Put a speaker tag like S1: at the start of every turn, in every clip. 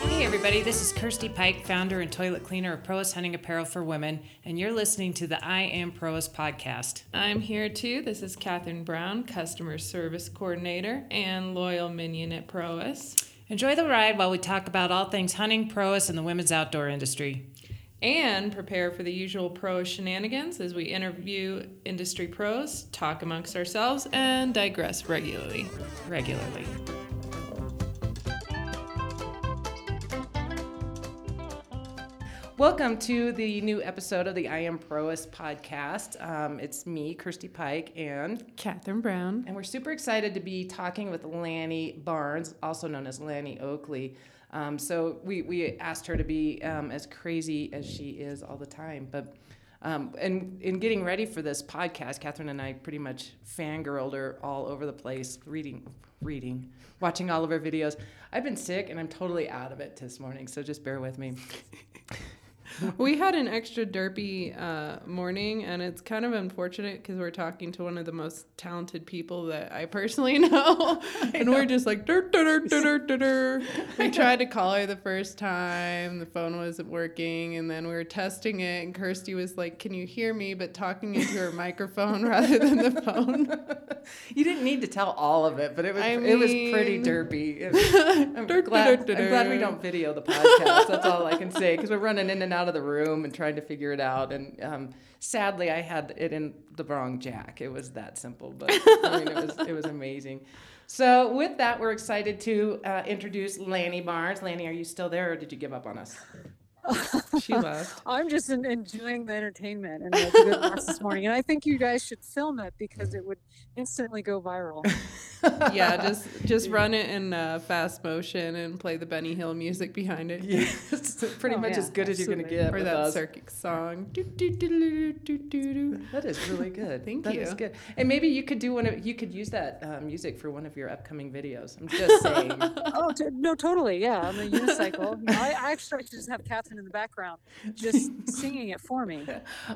S1: Hey, everybody, this is Kirsty Pike, founder and toilet cleaner of Proas Hunting Apparel for Women, and you're listening to the I Am Proas podcast.
S2: I'm here too. This is Katherine Brown, Customer Service Coordinator and Loyal Minion at Proas.
S1: Enjoy the ride while we talk about all things hunting, Proas, and the women's outdoor industry.
S2: And prepare for the usual pro shenanigans as we interview industry pros, talk amongst ourselves, and digress regularly.
S1: regularly. Welcome to the new episode of the I Am Proas podcast. Um, it's me, Kirsty Pike, and
S2: Katherine Brown.
S1: and we're super excited to be talking with Lanny Barnes, also known as Lanny Oakley. Um, so we, we asked her to be um, as crazy as she is all the time. But um, and in getting ready for this podcast, Catherine and I pretty much fangirled her all over the place, reading, reading, watching all of her videos. I've been sick and I'm totally out of it this morning, so just bear with me.
S2: We had an extra derpy uh, morning, and it's kind of unfortunate because we're talking to one of the most talented people that I personally know, and we're just like "Dur, dur, dur, dur, dur, dur, dur." We tried to call her the first time, the phone wasn't working, and then we were testing it, and Kirsty was like, "Can you hear me?" But talking into her microphone rather than the phone.
S1: You didn't need to tell all of it, but it was
S2: I
S1: it was pretty
S2: mean-
S1: derpy. It- I'm, glad, I'm glad we don't video the podcast. That's all I can say because we're running in and out of the room and trying to figure it out. And um, sadly, I had it in the wrong jack. It was that simple, but I mean, it was it was amazing. So with that, we're excited to uh, introduce Lanny Barnes. Lanny, are you still there, or did you give up on us?
S2: She left.
S3: I'm just en- enjoying the entertainment and the good laughs this morning. And I think you guys should film it because it would instantly go viral.
S2: Yeah, just just run it in uh, fast motion and play the Benny Hill music behind it.
S1: Yeah, it's pretty
S3: Oh,
S1: much
S3: yeah,
S1: as good as you're going to
S3: absolutely.
S1: get.
S2: Or
S1: with
S2: that
S1: us.
S2: circuit song. Do, do, do, do, do, do, do.
S1: That is really good.
S2: Thank
S1: That is
S2: you.
S1: good. And maybe you could do one of you could use that uh, music for one of your upcoming videos. I'm just saying.
S3: oh, t- no, totally. Yeah, on the unicycle. I, I actually should just have Catherine in the background just singing it for me.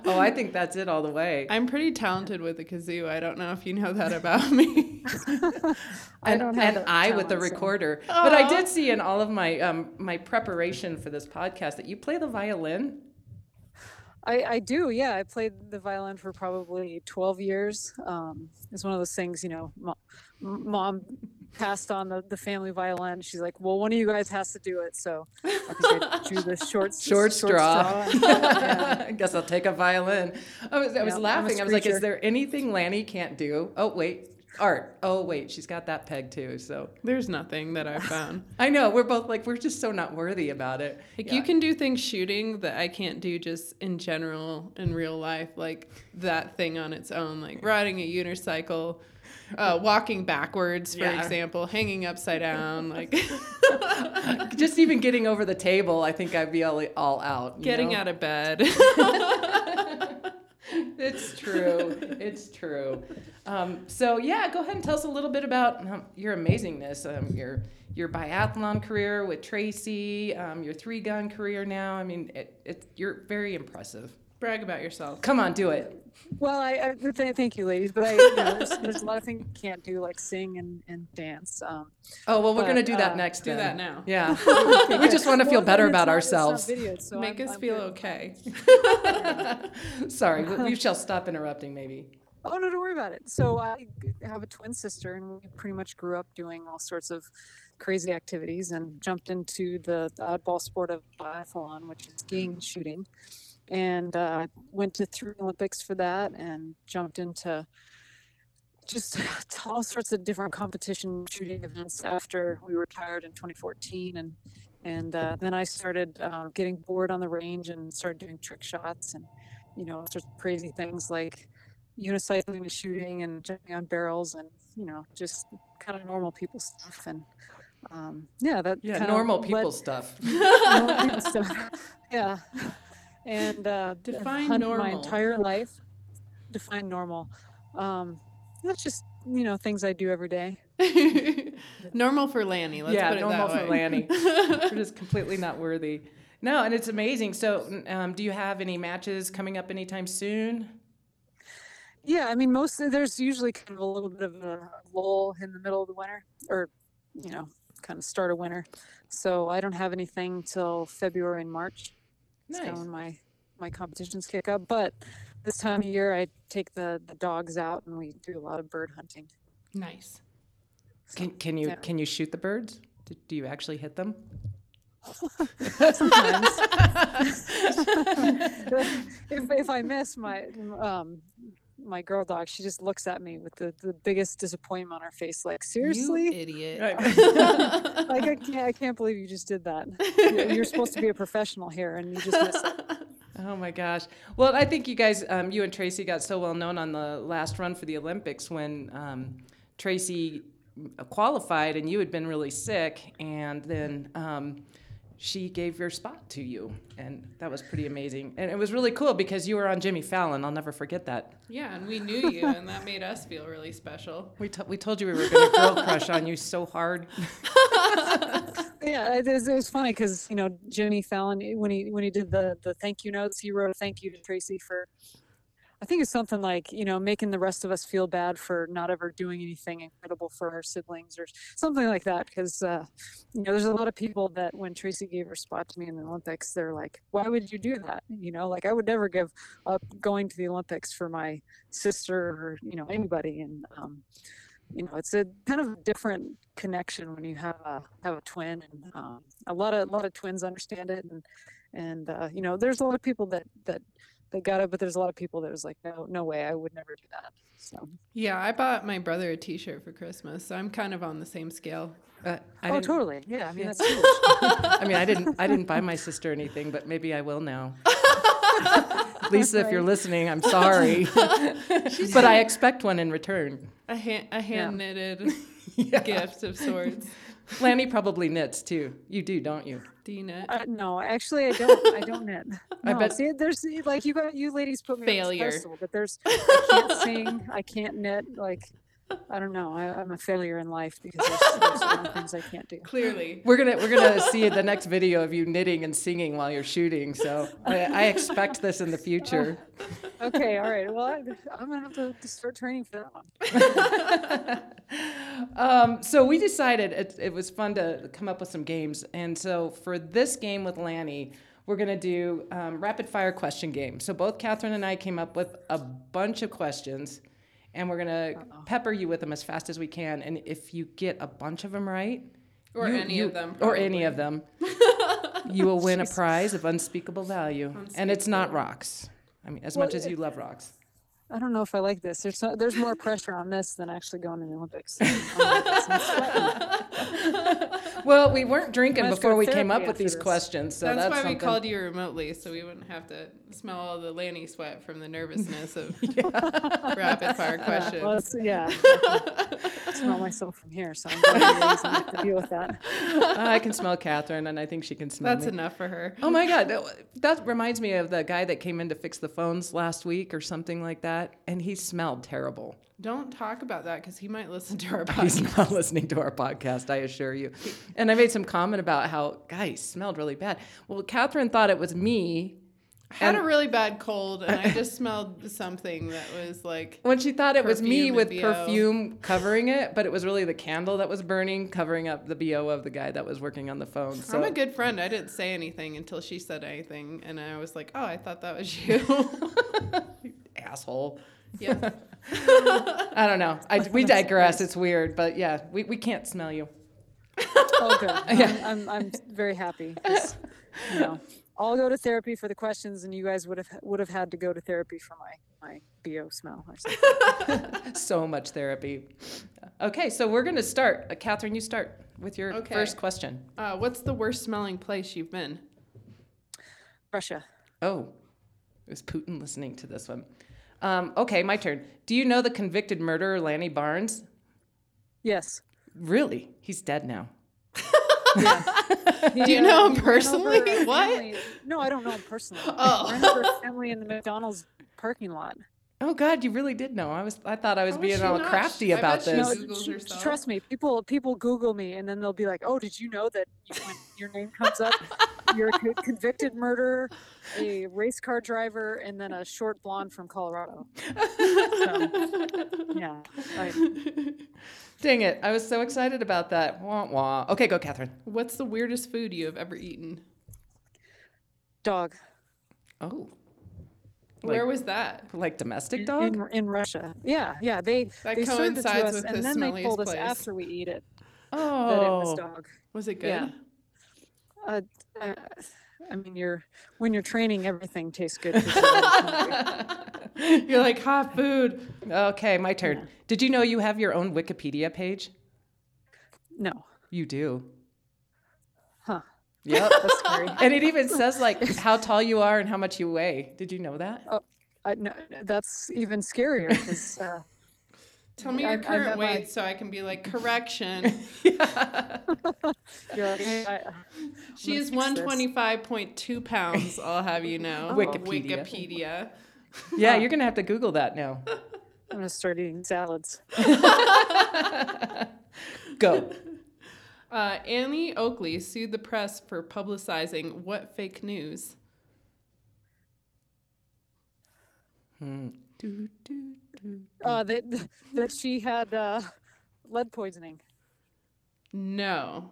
S1: oh, I think that's it all the way.
S2: I'm pretty talented with a kazoo. I don't know if you know that about me.
S3: I
S1: And-
S3: don't have
S1: and
S3: that
S1: I with the
S3: talent, so-
S1: recorder. But I
S2: Aw.
S1: did see in all of my um, my preparation for this podcast that you play the violin.
S3: I, I do. Yeah, I played the violin for probably 12 years. Um, it's one of those things, you know, mo- m- mom passed on the, the family violin. She's like, well, one of you guys has to do it. So obviously I drew the short,
S1: Short straw.
S3: straw. Yeah.
S1: I guess I'll take a violin. I was, I was
S3: Yeah, I'm a
S1: laughing. I was like, is
S3: screecher.
S1: there anything Lanny can't do? Oh wait, art. Oh wait, she's got that peg too. So
S2: There's nothing that I've found.
S1: I know we're both like we're just so not worthy about it.
S2: Like
S1: Yeah.
S2: you can do things shooting that I can't do just in general in real life, like that thing on its own, like riding a unicycle, uh, walking backwards, for
S1: Yeah.
S2: example, hanging upside down, like
S1: just even getting over the table, I think I'd be all, all out. you
S2: getting
S1: know?
S2: out of bed.
S1: It's true. It's true. Um, so yeah, go ahead and tell us a little bit about um, your amazingness, um, your your biathlon career with Tracy, um, your three gun career now. I mean, it, it, you're very impressive.
S2: Brag about yourself.
S1: Come on, do it.
S3: Well, I, I th- thank you, ladies, but I, you know, there's, there's a lot of things you can't do, like sing and, and dance. Um,
S1: Oh well, we're
S3: But,
S1: gonna do that
S3: uh,
S1: next.
S2: do that
S1: then.
S2: now.
S1: Yeah, we just want to feel
S3: well,
S1: better
S3: and it's
S1: about
S3: not- it's not
S1: ourselves.
S3: videoed, so
S2: Make
S3: I'm-
S2: us
S3: I'm
S2: feel
S3: good.
S2: okay.
S1: Sorry, we, we shall stop interrupting. Maybe.
S3: Oh no, don't worry about it. So uh, I g- have a twin sister, and we pretty much grew up doing all sorts of crazy activities, and jumped into the, the oddball sport of biathlon, which is skiing and shooting, and uh, went to three Olympics for that, and jumped into just all sorts of different competition shooting events after we retired in 2014, and and uh, then I started uh, getting bored on the range and started doing trick shots and you know all sorts of crazy things like unicycling and shooting and jumping on barrels and you know just kind of normal people stuff and um, yeah that
S1: Yeah,
S3: kinda
S1: normal
S3: led-
S1: people stuff.
S3: normal people stuff yeah and uh, d-
S2: Define
S3: hunt my
S2: normal.
S3: entire life define normal um, that's just you know things I do every day
S2: normal for Lanny. Let's
S1: yeah,
S2: put it
S1: normal
S2: that way.
S1: for Lanny. We're just completely not worthy. No, and it's amazing. So, um, do you have any matches coming up anytime soon?
S3: yeah, I mean, most there's usually kind of a little bit of a lull in the middle of the winter, or you know, kind of start of winter. So I don't have anything till February and March. It's kinda
S1: Nice.
S3: when my my competitions kick up, but this time of year I take the the dogs out and we do a lot of bird hunting.
S2: Nice.
S1: Can, can you
S3: yeah.
S1: can you shoot the birds? Do, do you actually hit them?
S3: Sometimes. if, if I miss my um, my girl dog, she just looks at me with the, the biggest disappointment on her face, like seriously,
S2: You idiot.
S3: like I can't, I can't believe you just did that. You're, you're supposed to be a professional here, and you just missed it.
S1: Oh my gosh. Well, I think you guys, um, you and Tracy got so well known on the last run for the Olympics when um, Tracy uh, qualified and you had been really sick, and then um, she gave your spot to you. And that was pretty amazing. And it was really cool because you were on Jimmy Fallon. I'll never forget that.
S2: Yeah, and we knew you, and that made us feel really special.
S1: We, to- we told you we were going to girl crush on you so hard.
S3: Yeah, it was, it was funny because you know Jimmy Fallon eh, when he when he did the the thank you notes, he wrote a thank you to Tracy for. I think it's something like you know making the rest of us feel bad for not ever doing anything incredible for our siblings or something like that because uh, you know there's a lot of people that when Tracy gave her spot to me in the Olympics they're like why would you do that you know like I would never give up going to the Olympics for my sister or you know anybody and um, you know it's a kind of a different connection when you have a have a twin and um, a lot of a lot of twins understand it and and uh, you know there's a lot of people that that that got it but there's a lot of people that was like no no way i would never do that so
S2: Yeah, I bought my brother a t shirt for Christmas, so I'm kind of on the same scale.
S1: Uh, I,
S3: oh
S1: didn't-
S3: totally yeah i mean
S1: Yeah.
S3: that's huge.
S1: I mean, I didn't, I didn't buy my sister anything, but maybe I will now. Lisa, if you're listening, I'm sorry. but I expect one in return.
S2: A, hand, a hand knitted gift of sorts.
S1: Lanny probably knits too. You do, don't you?
S2: D knit.
S3: uh, no actually i don't i don't knit no,
S1: I bet-
S3: see there's see, like you got you ladies put me
S2: Failure.
S3: on this pedestal, but there's i can't sing i can't knit like i don't know I, i'm a failure in life because there's, there's certain things i can't do
S2: Clearly.
S1: We're gonna we're gonna see the next video of you knitting and singing while you're shooting. So I, I expect this in the future.
S3: okay all right well I, i'm gonna have to start training for that one
S1: Um, so we decided it, it was fun to come up with some games, and so for this game with Lanny, we're gonna do um, rapid fire question game. So both Catherine and I came up with a bunch of questions, and we're gonna pepper you with them as fast as we can. And if you get a bunch of them right,
S2: Or
S1: you-
S2: any
S1: you-
S2: of them.
S1: or any of them, you will win a prize of unspeakable value, and it's not rocks. I mean, as much as you love rocks.
S3: I don't know if I like this. There's so, there's more pressure on this than actually going to the Olympics. I'm like, I'm sweating.
S1: Well, we weren't drinking
S3: Let's go
S1: before
S3: to
S1: we came
S3: therapy
S1: up with
S3: after
S1: these
S3: this.
S1: questions, so
S2: that's,
S1: that's,
S2: why
S1: something.
S2: we called you remotely, so we wouldn't have to smell all the Lanny sweat from the nervousness of rapid fire questions.
S3: Well, it's, yeah, I smell myself from here, so I'm glad you ladies don't have to deal with that.
S1: I can smell Catherine, and I think she can smell
S2: That's
S1: me.
S2: enough for her.
S1: Oh my God, that, that reminds me of the guy that came in to fix the phones last week or something like that, and he smelled terrible.
S2: Don't talk about that because he might listen to our
S1: He's
S2: podcast.
S1: not listening to our podcast, I assure you. And I made some comment about how guys smelled really bad. Well, Catherine thought it was me
S2: I had a really bad cold, and I just smelled something that was like
S1: when she thought it was
S2: Perfume
S1: me
S2: and
S1: with
S2: BO.
S1: perfume covering it, but it was really the candle that was burning covering up the bo of the guy that was working on the phone. So
S2: I'm a good friend. I didn't say anything until she said anything, and I was like, "Oh, I thought that was you."
S1: asshole.
S2: yeah,
S1: I don't know. I, we digress. It's weird, but yeah, we, we can't smell you.
S3: Oh, good. I'm, I'm, I'm very happy. 'cause, You know, I'll go to therapy for the questions, and you guys would have would have had to go to therapy for my my bo smell. I suppose.
S1: So much therapy. Okay, so we're gonna start. Uh, Catherine, you start with your
S2: Okay.
S1: first question.
S2: uh, what's the worst smelling place you've been?
S3: Russia.
S1: Oh, is Putin listening to this one? Um, okay, my turn. Do you know the convicted murderer Lanny Barnes?
S3: Yes.
S1: Really? He's dead now.
S3: Do
S2: you know him personally? What?
S3: No, I don't know him personally.
S2: Oh.
S3: Ran over a family in the McDonald's parking lot.
S1: Oh God, you really did know. I was. I thought I was
S2: How was
S1: being
S2: she
S1: all
S2: not?
S1: crafty
S2: I bet
S1: about
S2: she
S1: this.
S3: No,
S2: Googles
S3: tr-
S2: herself.
S3: trust me. People people Google me, and then they'll be like, "Oh, did you know that you, when your name comes up, you're a co- convicted murderer, a race car driver, and then a short blonde from Colorado." Yeah, like,
S1: Dang it! I was so excited about that. Wah wah. Okay, go, Catherine.
S2: What's the weirdest food you have ever eaten?
S3: dog
S1: Oh,
S2: Where
S1: Like-
S2: was that?
S1: like domestic dog.
S3: in, in Russia. Yeah, yeah. They
S2: That
S3: they served it to
S2: coincides
S3: us,
S2: with
S3: and
S2: the
S3: then they
S2: smelliest
S3: told us
S2: place.
S3: after we eat it
S1: Oh,
S3: that it was dog.
S2: Was it good?
S3: Yeah. Uh, uh, I mean, you're when you're training, everything tastes good. 'cause you're always hungry.
S2: You're like hot food.
S1: Okay, my turn. Did you know you have your own Wikipedia page?
S3: no,
S1: You do.
S3: Huh.
S1: Yep.
S3: that's scary.
S1: and it even says like how tall you are and how much you weigh. Did you know that?
S3: I, no, that's even scarier because uh,
S2: Tell me
S3: I-
S2: your
S3: I
S2: current
S3: bet my-
S2: weight so I can be like correction.
S3: you're like, I, I-
S2: She is
S3: fix this.
S2: 125.2 pounds. I'll have you know.
S1: Wikipedia.
S2: Oh, Wikipedia.
S1: Yeah, you're gonna have to Google that now.
S3: I'm gonna start eating salads.
S1: Go.
S2: Uh, Annie Oakley sued the press for publicizing what fake news?
S3: Uh, that that she had uh, lead poisoning.
S2: No.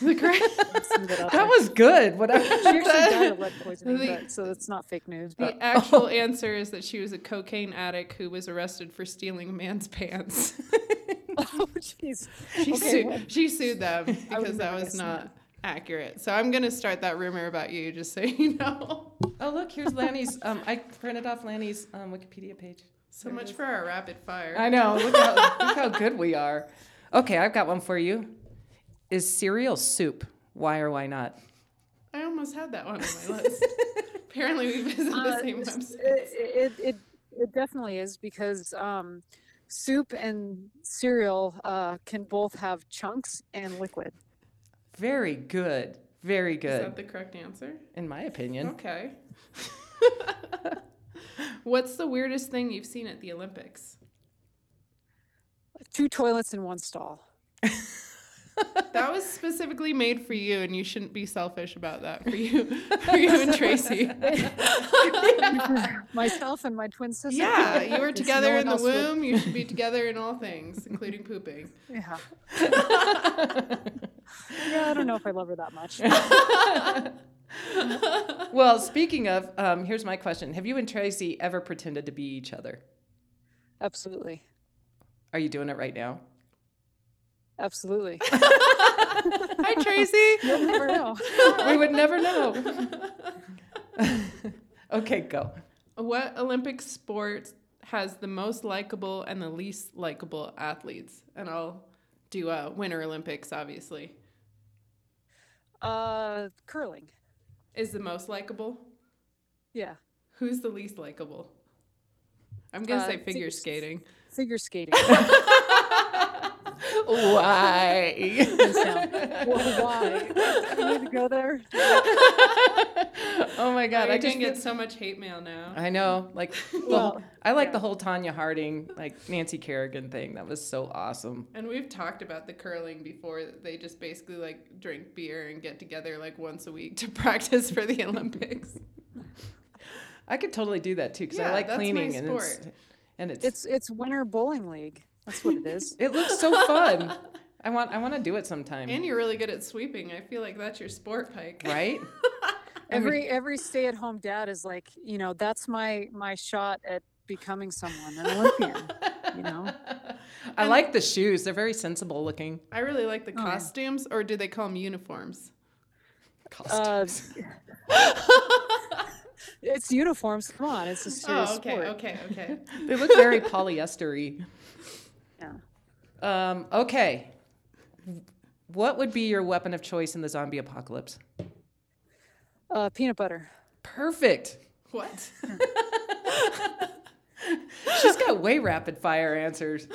S2: The correct-
S3: Let's leave it
S1: That
S3: out there.
S1: was good. Whatever.
S3: she actually died of lead poisoning,
S2: the-
S3: but, so that's not fake news. But
S2: the actual answer is that she was a cocaine addict who was arrested for stealing a man's pants.
S3: oh, jeez.
S2: She,
S3: Okay, well,
S2: sued, she sued them because
S3: never
S2: that was
S3: guessed
S2: not accurate. So I'm going to start that rumor about you just so you know.
S1: Oh look, here's Lanny's. Um, I printed off Lanny's um, Wikipedia page.
S2: So much for our rapid fire.
S1: I know. Look how, look how good we are. Okay, I've got one for you. Is cereal soup? Why or why not?
S2: I almost had that one on my list. Apparently, we visited the
S3: Uh,
S2: same
S3: s-
S2: website.
S3: It, it, it, it definitely is because um, soup and cereal uh, can both have chunks and liquid.
S1: Very good. Very
S2: Is that
S1: good,
S2: the correct answer?
S1: in my opinion.
S2: Okay. What's the weirdest thing you've seen at the Olympics?
S3: Two toilets in one stall.
S2: That was specifically made for you, and you shouldn't be selfish about that for you, for you and Tracy.
S3: Myself and my twin sister.
S2: Yeah, you were
S3: Because no
S2: together
S3: one
S2: in the
S3: else would-
S2: womb. You should be together in all things, including pooping.
S3: Yeah. yeah, I don't know if I love her that much.
S1: Well, speaking of, um, here's my question: Have you and Tracy ever pretended to be each other?
S3: Absolutely.
S1: Are you doing it right now?
S3: Absolutely.
S2: Hi, Tracy.
S3: You'll never know.
S1: we would never know. okay, go.
S2: What Olympic sport has the most likable and the least likable athletes? And I'll do uh, Winter Olympics, obviously.
S3: Uh, curling.
S2: Is the most likable?
S3: Yeah.
S2: Who's the least likable? I'm gonna
S3: Uh,
S2: say figure
S3: figure-
S2: skating.
S3: Figure skating.
S1: Why?
S3: hands down. Well, why? Do we need to go there?
S1: oh my God!
S2: I
S1: I
S2: can
S1: just
S2: get so much hate mail now.
S1: I know. Like, the whole-
S3: Well,
S1: I like the
S3: yeah.
S1: whole Tanya Harding, like Nancy Kerrigan thing. That was so awesome.
S2: And we've talked about the curling before. that They just basically like drink beer and get together like once a week to practice for the Olympics.
S1: I could totally do that too because
S2: Yeah,
S1: I like
S2: that's my
S1: cleaning and it's,
S2: sport.
S1: and it's,
S3: It's it's winter bowling league. That's what it is.
S1: it looks so fun. I want I want to do it sometime.
S2: And you're really good at sweeping. I feel like that's your sport, Pike.
S1: right?
S3: Every every stay at home dad is like, you know, that's my my shot at becoming someone, an Olympian. You know,
S1: I like the shoes. They're very sensible looking.
S2: I really like the
S3: yeah.
S2: costumes, or do they call them uniforms?
S3: uh,
S1: Costumes.
S3: it's uniforms. Come on, it's a serious
S2: Oh, okay,
S3: sport.
S2: okay, okay.
S1: they look very polyestery.
S3: Yeah.
S1: Um, okay. What would be your weapon of choice in the zombie apocalypse?
S3: Uh, peanut butter.
S1: Perfect.
S2: what?
S1: She's got way rapid fire answers.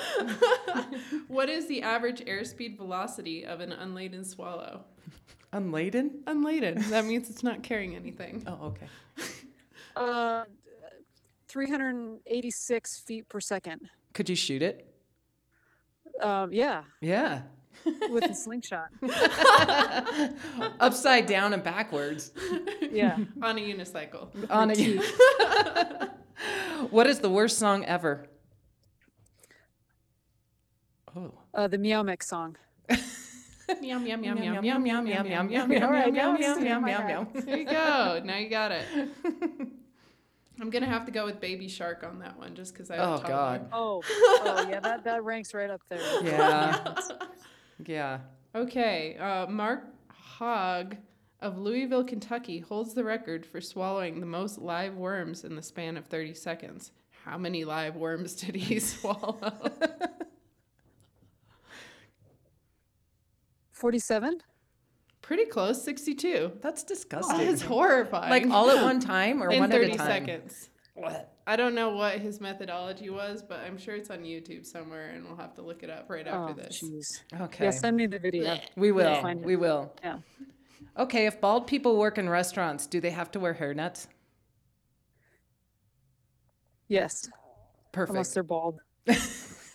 S2: What is the average airspeed velocity of an unladen swallow?
S1: Unladen?
S2: Unladen. That means it's not carrying anything.
S1: Oh, okay.
S3: Uh, 386 feet per second.
S1: Could you shoot it?
S3: Um, yeah,
S1: Yeah.
S3: with a slingshot.
S1: Upside down and backwards
S3: Yeah.
S2: on a unicycle.
S1: on a. what is the worst song ever? Oh.
S3: Uh, the Meow Mix song.
S2: Yum yum
S1: Yum yum yum yum yum yum yum yum
S3: Alright,
S1: yum yum
S3: now it's
S1: yum
S3: in
S1: yum
S3: my
S1: yum
S3: head.
S1: yum.
S2: There you go. Now you got it. I'm gonna have to go with Baby Shark on that one, just because I. have a
S1: Oh
S2: toddler.
S1: God.
S3: Oh, oh yeah, that, that ranks right up there.
S1: Yeah. Yeah.
S2: Okay, uh, Mark Hogg of Louisville, Kentucky, holds the record for swallowing the most live worms in the span of 30 seconds. How many live worms did he swallow?
S3: 47?
S2: Pretty close, 62. That is
S1: That's disgusting. Like
S2: horrifying.
S1: all at one time or
S2: in
S1: one at
S2: 30
S1: a time?
S2: seconds.
S1: What?
S2: I don't know what his methodology was, but I'm sure it's on YouTube somewhere, and we'll have to look it up right after
S3: Oh,
S2: this.
S3: jeez.
S1: Okay.
S3: Yeah, send me the video.
S1: We will.
S3: Find it.
S1: We will.
S3: Yeah.
S1: Okay, if bald people work in restaurants, do they have to wear hairnets?
S3: Yes,
S1: Perfect.
S3: unless they're bald.
S1: but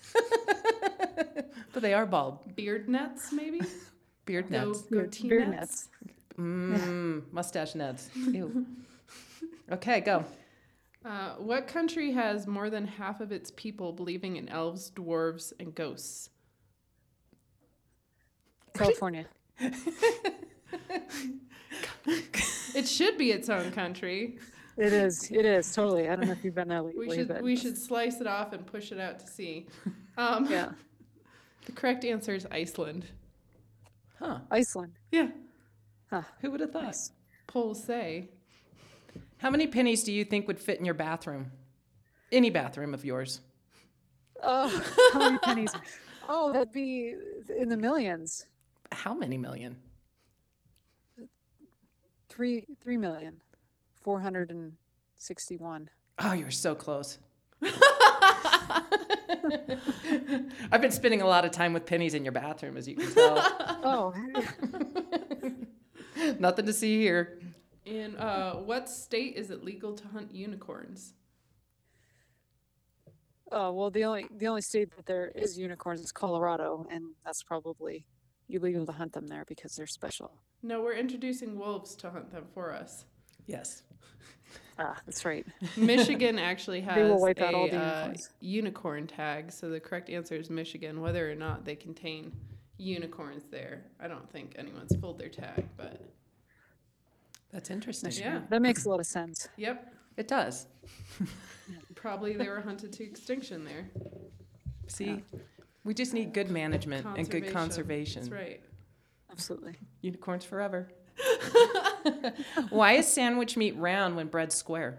S1: they are bald.
S2: Beard nuts, maybe?
S1: Beard
S2: No,
S1: nets.
S2: goatee
S3: Beard
S2: nuts?
S3: nets.
S1: Mm, mustache nets. Ew. Okay, go.
S2: Uh, what country has more than half of its people believing in elves, dwarves, and ghosts?
S3: California.
S2: It should be its own country.
S3: It is. It is totally. I don't know if you've been there lately,
S2: We should
S3: but
S2: we should slice it off and push it out to sea. Um,
S3: yeah,
S2: The correct answer is Iceland.
S1: Huh.
S3: Iceland.
S2: Yeah.
S1: Who would have thought?
S2: Polls say
S1: How many pennies do you think would fit in your bathroom? Any bathroom of yours.
S3: Oh, how many pennies? Oh, that'd be in the millions.
S1: How many million?
S3: Three, three million, four hundred and sixty-one.
S1: Oh, you're so close. I've been spending a lot of time with pennies in your bathroom, as you can tell.
S3: Oh,
S1: Nothing to see here.
S2: in uh, what state is it legal to hunt unicorns?
S3: oh well, the only the only state that there is unicorns is Colorado, and that's probably illegal to hunt them there because they're special.
S2: No, we're introducing wolves to hunt them for us.
S1: Yes.
S3: Ah, that's right.
S2: Michigan actually has
S3: will wipe
S2: a
S3: out all the
S2: uh,
S3: unicorns.
S2: unicorn tag, so the correct answer is Michigan. Whether or not they contain unicorns there, I don't think anyone's pulled their tag, but
S1: That's interesting.
S2: yeah,
S3: That makes a lot of sense.
S2: yep,
S1: It does.
S2: probably they were hunted to extinction there.
S1: See, we just need good management and good conservation.
S2: That's right.
S3: Absolutely.
S1: Unicorns forever. Why is sandwich meat round when bread's square?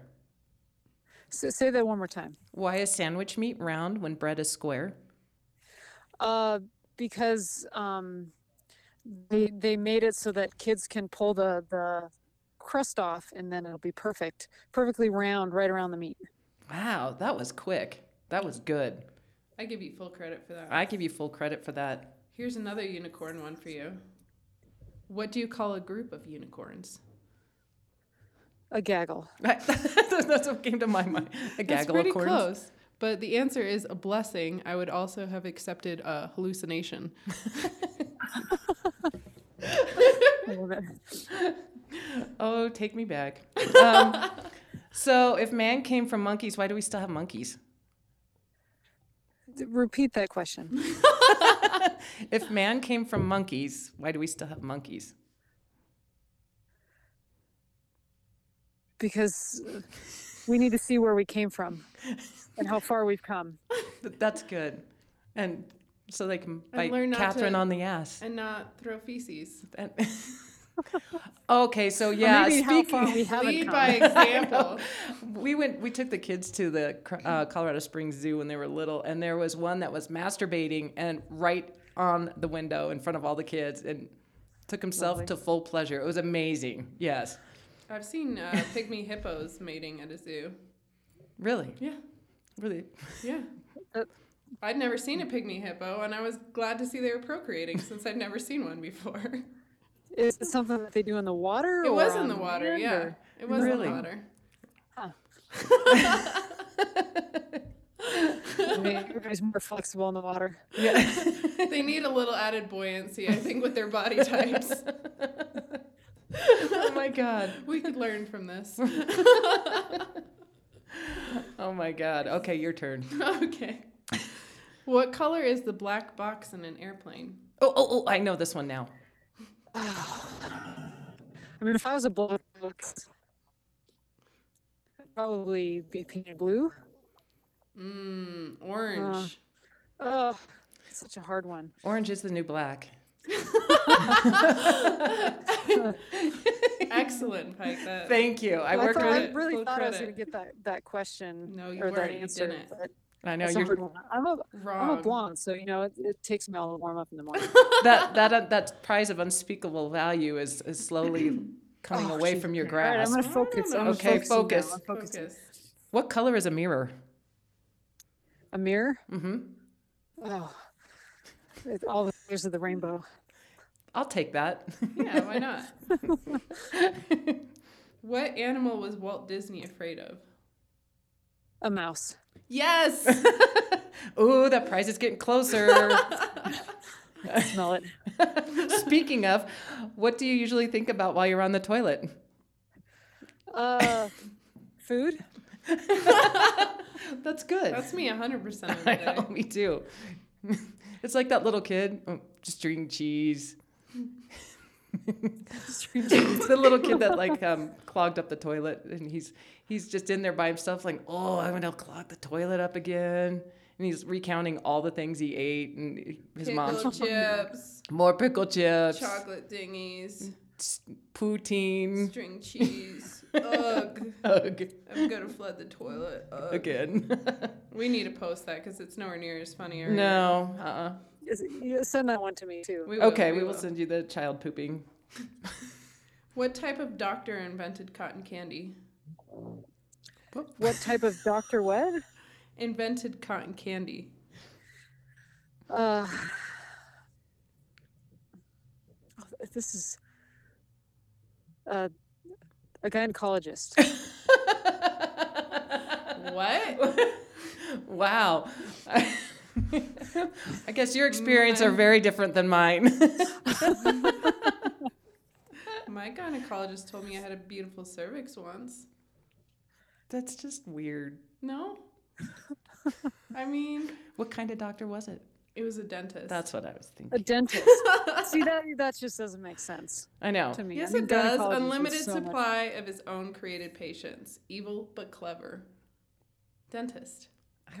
S3: So, say that one more time.
S1: Why is sandwich meat round when bread is square?
S3: Uh, because um, they they made it so that kids can pull the the crust off and then it'll be perfect, perfectly round right around the meat.
S1: Wow, that was quick. That was good.
S2: I give you full credit for that.
S1: I give you full credit for that.
S2: Here's another unicorn one for you. What do you call a group of unicorns?
S3: A gaggle.
S1: That's what came to my mind. A
S2: That's
S1: gaggle
S2: pretty
S1: of corns.
S2: close. But the answer is a blessing. I would also have accepted a hallucination.
S3: I love it.
S1: Oh, take me back. Um, so, if man came from monkeys, why do we still have monkeys?
S3: D- Repeat that question.
S1: If man came from monkeys, why do we still have monkeys?
S3: Because uh, we need to see where we came from and how far we've come.
S1: Th- That's good. And so they can
S2: I
S1: bite
S2: learned not
S1: Catherine
S2: to-
S1: on the ass.
S2: And not throw feces.
S1: And- okay, so yeah,
S2: Uh,
S3: Maybe how
S1: speaking,
S3: far we haven't
S2: Lead
S3: come.
S2: by example.
S1: we went, we took the kids to the Cr- uh, Colorado Springs Zoo when they were little, and there was one that was masturbating and right on the window in front of all the kids, and took himself to full pleasure. It was amazing. Yes,
S2: I've seen uh, pygmy hippos mating at a zoo.
S1: really,
S2: Yeah,
S1: really.
S2: yeah.
S3: Uh,
S2: I'd never seen a pygmy hippo, and I was glad to see they were procreating since I'd never seen one before.
S3: Is it something that they do in the water?
S2: It was
S3: or
S2: in the
S3: on
S2: water,
S3: land,
S2: yeah.
S3: or-
S2: It was in
S1: Really?
S2: the water.
S3: I mean, everybody's more flexible in the water.
S1: Yeah.
S2: they need a little added buoyancy, I think, with their body types.
S1: oh my god.
S2: We could learn from this.
S1: Oh my god. Okay, your turn.
S2: okay. What color is the black box in an airplane?
S1: Oh, oh, oh, I know this one now.
S3: I mean, if I was a black box, I'd probably be painted blue.
S2: Mmm, orange.
S3: Oh, such a hard one.
S1: Orange is the new black.
S2: Excellent, Pike. That.
S1: Thank you. I
S3: Well,
S1: worked
S3: thought-
S1: with
S3: I
S1: it.
S3: really
S2: Full
S3: thought I was going
S2: credit.
S3: to get that, that question
S2: No, you
S3: or that
S2: weren't. You
S3: answer.
S2: didn't.
S3: but
S1: I know
S3: that's a
S1: you're
S3: hard one. I'm a
S2: Wrong.
S3: I'm a blonde, so you know it, it takes me a while to warm up in the morning.
S1: that that uh, that prize of unspeakable value is, is slowly coming
S3: Oh,
S1: away
S3: geez.
S1: from your
S3: All right, I'm
S1: grasp.
S3: gonna
S2: I don't
S3: focus.
S2: know.
S3: I'm
S1: Okay, focus.
S3: focus. I'm focusing.
S2: Focus.
S1: What color is a mirror?
S3: A mirror.
S1: Mm-hmm.
S3: Oh, it's all the colors of the rainbow.
S1: I'll take that.
S2: Yeah, why not? what animal was Walt Disney afraid of?
S3: A mouse.
S2: Yes.
S1: Ooh, that prize is getting closer.
S3: I smell it.
S1: Speaking of, what do you usually think about while you're on the toilet?
S3: Uh, food.
S1: That's good.
S2: That's me 100% of the
S1: I
S2: day.
S1: know, me too. it's like that little kid, oh, just drinking cheese. it's the little kid that like um, clogged up the toilet, and he's he's just in there by himself, like, oh, I'm gonna clog the toilet up again, and he's recounting all the things he ate, and his mom's
S2: Pickled chips,
S1: more pickle chips,
S2: chocolate dingies,
S1: s- poutine,
S2: string cheese. Ugh.
S1: ugh,
S2: I'm going to flood the toilet. Ugh.
S1: again.
S2: We need to post that because it's nowhere near as funny. Or
S1: no, uh-uh.
S3: Is it- you send that one to me too.
S2: We will,
S1: Okay, we will send you the child pooping.
S2: What type of doctor invented cotton candy?
S3: What type of doctor? What?
S2: Invented cotton candy.
S3: Uh, this is uh, a gynecologist.
S2: What?
S1: Wow. I guess your experience are very different than mine.
S2: My gynecologist told me I had a beautiful cervix once.
S1: That's just weird.
S2: No. I mean,
S1: What kind of doctor was it?
S2: it was a dentist.
S1: That's what I was
S3: A
S1: thinking.
S3: dentist. See that that just doesn't make sense
S1: I know.
S3: to me. I
S2: yes,
S3: mean,
S2: it does.
S3: gynecologist is
S2: Unlimited
S3: so much-
S2: supply of his own created patients. Evil but clever. Dentist.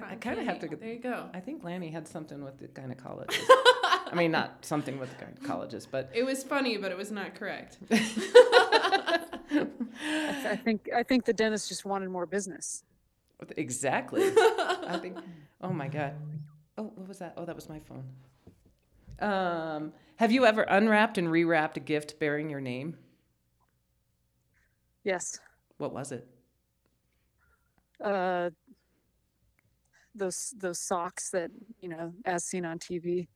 S1: I kind of have to.
S2: There you go.
S1: I think Lanny had something with the gynecologist. I mean, not something with the gynecologist, but
S2: It was funny, but it was not correct.
S3: I think I think the dentist just wanted more business.
S1: exactly. I think. Oh my god. Oh, what was that? Oh, that was my phone. Um, have you ever unwrapped and rewrapped a gift bearing your name?
S3: Yes.
S1: What was it?
S3: Uh, those those socks that you know, as seen on TV,